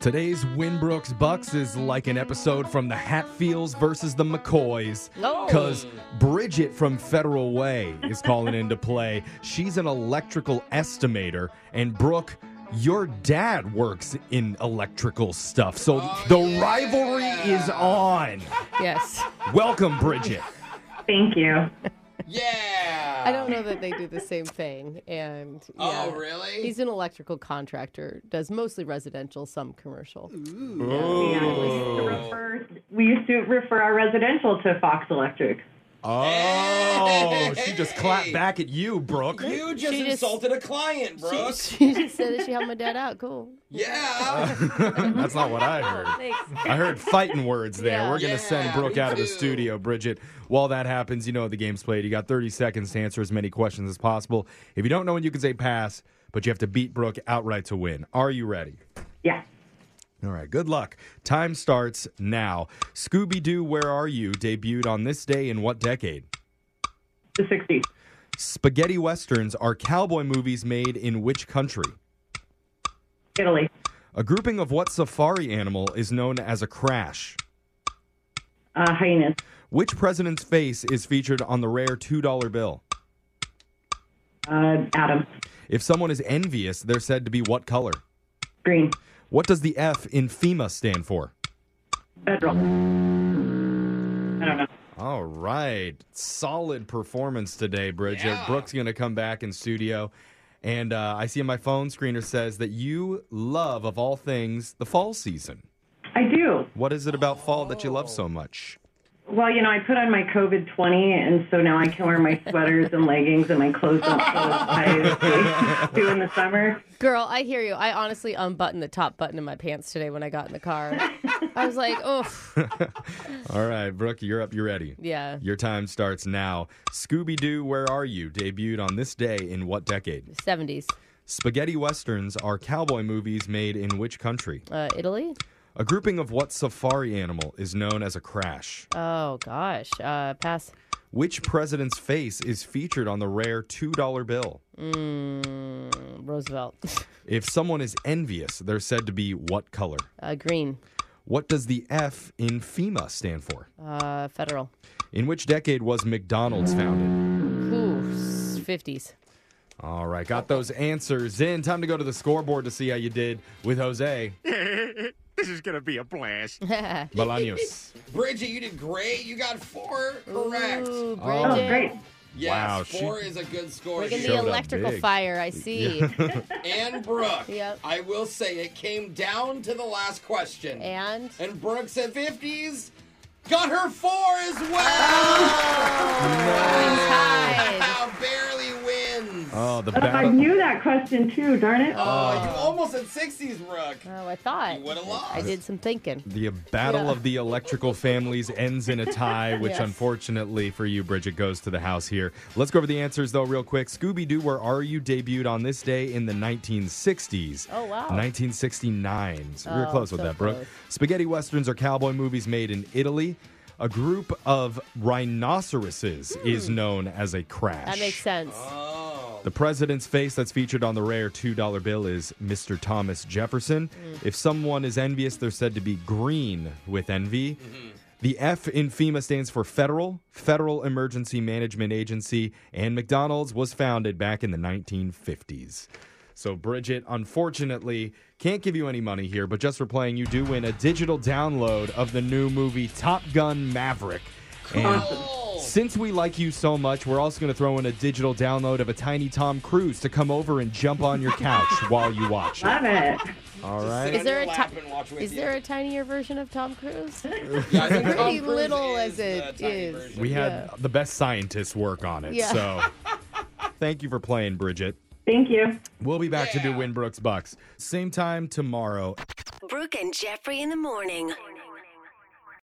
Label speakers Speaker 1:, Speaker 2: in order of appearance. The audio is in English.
Speaker 1: Today's Winbrooks Bucks is like an episode from the Hatfields versus the McCoys.
Speaker 2: No.
Speaker 1: Because Bridget from Federal Way is calling into play. She's an electrical estimator. And Brooke, your dad works in electrical stuff. So the rivalry is on.
Speaker 2: Yes.
Speaker 1: Welcome, Bridget.
Speaker 3: Thank you.
Speaker 4: Yeah.
Speaker 2: I don't know that they do the same thing. And
Speaker 4: Oh,
Speaker 2: yeah.
Speaker 4: really?
Speaker 2: He's an electrical contractor, does mostly residential, some commercial.
Speaker 3: Yeah, we, used to refer, we used to refer our residential to Fox Electric.
Speaker 1: Oh, she just clapped back at you, Brooke.
Speaker 4: you just
Speaker 2: She just-
Speaker 4: insulted a client,
Speaker 2: She,
Speaker 4: Brooke.
Speaker 2: she just said that she helped my dad out. Cool.
Speaker 4: yeah.
Speaker 1: That's not what I heard. I heard fighting words there.
Speaker 2: Yeah.
Speaker 1: We're going to send
Speaker 4: Yeah,
Speaker 1: Brooke
Speaker 4: me
Speaker 1: out of the
Speaker 4: too.
Speaker 1: studio, Bridget. While that happens, you know the game's played. You got 30 seconds to answer as many questions as possible. If you don't know it, you can say pass, but you have to beat Brooke outright to win. Are you ready?
Speaker 3: Yeah.
Speaker 1: All right, good luck. Time starts now. Scooby Doo, Where Are You debuted on this day in what decade?
Speaker 3: The 60s.
Speaker 1: Spaghetti Westerns are cowboy movies made in which country?
Speaker 3: Italy.
Speaker 1: A grouping of what safari animal is known as a crash?
Speaker 3: Uh, hyenas.
Speaker 1: Which president's face is featured on the rare $2 bill?
Speaker 3: Uh, Adam.
Speaker 1: If someone is envious, they're said to be what color?
Speaker 3: Green.
Speaker 1: What does the F in FEMA stand for?
Speaker 3: Federal. I don't know.
Speaker 1: All right. Solid performance today, Bridget.
Speaker 4: Yeah.
Speaker 1: Brooke's going to come back in studio. And uh, I see on my phone screener says that you love, of all things, the fall season.
Speaker 3: I do.
Speaker 1: What is it about fall that you love so much?
Speaker 3: Well, you know, I put on my COVID 20, and so now I can wear my sweaters and leggings and my clothes don't feel as tight as they do in the summer.
Speaker 2: Girl, I hear you. I honestly unbuttoned the top button in my pants today when I got in the car. I was like, oh,
Speaker 1: All right, Brooke, you're up. You're ready.
Speaker 2: yeah.
Speaker 1: Your time starts now. Scooby Doo, Where Are You? debuted on this day in what decade?
Speaker 2: 70s.
Speaker 1: Spaghetti westerns are cowboy movies made in which country?
Speaker 2: Uh, Italy?
Speaker 1: A grouping of what safari animal is known as a crash?
Speaker 2: Oh, gosh. Uh, pass.
Speaker 1: Which president's face is featured on the rare $2 bill?
Speaker 2: Mm, Roosevelt.
Speaker 1: If someone is envious, they're said to be what color?
Speaker 2: Uh, green.
Speaker 1: What does the F in FEMA stand for?
Speaker 2: Uh, federal.
Speaker 1: In which decade was McDonald's founded?
Speaker 2: Ooh, 50s.
Speaker 1: All right, got those answers in. Time to go to the scoreboard to see how you did with Jose
Speaker 5: This is gonna be a blast.
Speaker 1: Bolaños.
Speaker 4: Bridget, you did great. You got four correct.
Speaker 2: Ooh, Bridget.
Speaker 3: Oh, great.
Speaker 4: Yes,
Speaker 1: Wow, she-
Speaker 4: four is a good score.
Speaker 2: We're gonna
Speaker 1: Showed
Speaker 2: be
Speaker 1: up
Speaker 2: electrical
Speaker 1: big.
Speaker 2: fire. I see.
Speaker 4: And Brooke,
Speaker 2: Yep.
Speaker 4: I will say it came down to the last question.
Speaker 2: And
Speaker 4: And Brooke said 50s, got her four as well.
Speaker 2: tied.
Speaker 4: Wow, barely wins.
Speaker 1: Oh, the
Speaker 3: Oh, I
Speaker 1: battle.
Speaker 3: knew that question too, darn it.
Speaker 4: Oh, you almost said 60s, Brooke.
Speaker 2: Oh, I thought.
Speaker 4: You would've
Speaker 2: I
Speaker 4: lost.
Speaker 2: did some thinking.
Speaker 1: The battle
Speaker 2: Yeah.
Speaker 1: of the electrical families ends in a tie, which
Speaker 2: Yes.
Speaker 1: unfortunately for you, Bridget, goes to the house here. Let's go over the answers, though, real quick. Scooby Doo, Where Are You? debuted on this day in the 1960s.
Speaker 2: Oh, wow.
Speaker 1: 1969. So we were
Speaker 2: Oh,
Speaker 1: close with
Speaker 2: so
Speaker 1: that, Brooke.
Speaker 2: close.
Speaker 1: Spaghetti Westerns are cowboy movies made in Italy. A group of rhinoceroses is known as a crash.
Speaker 2: Hmm. That makes sense.
Speaker 1: The president's face that's featured on the rare $2 bill is Mr. Thomas Jefferson. If someone is envious, they're said to be green with envy. The F in FEMA stands for Federal, Federal Emergency Management Agency, and McDonald's was founded back in the 1950s. So, Bridget, unfortunately, can't give you any money here, but just for playing, you do win a digital download of the new movie Top Gun Maverick. And
Speaker 4: Oh,
Speaker 1: since we like you so much, we're also going to throw in a digital download of a tiny Tom Cruise to come over and jump on your couch while you watch it.
Speaker 3: Love it.
Speaker 1: All
Speaker 4: sit
Speaker 1: right.
Speaker 4: on
Speaker 2: Is there
Speaker 4: your
Speaker 2: a
Speaker 4: lap
Speaker 2: ti-
Speaker 4: and watch with
Speaker 2: Is
Speaker 4: you.
Speaker 2: there a tinier version of Tom Cruise?
Speaker 4: Yeah, I think Tom
Speaker 2: pretty
Speaker 4: Cruise uh,
Speaker 2: little as
Speaker 4: the
Speaker 2: it
Speaker 4: tiny
Speaker 2: is.
Speaker 4: version.
Speaker 1: We had
Speaker 2: Yeah.
Speaker 1: the best scientists work on it.
Speaker 2: Yeah.
Speaker 1: So thank you for playing, Bridget.
Speaker 3: Thank you.
Speaker 1: We'll be back to do
Speaker 4: Yeah.
Speaker 1: Winbrooks Bucks. Same time tomorrow.
Speaker 6: Brooke and Jeffrey in the morning.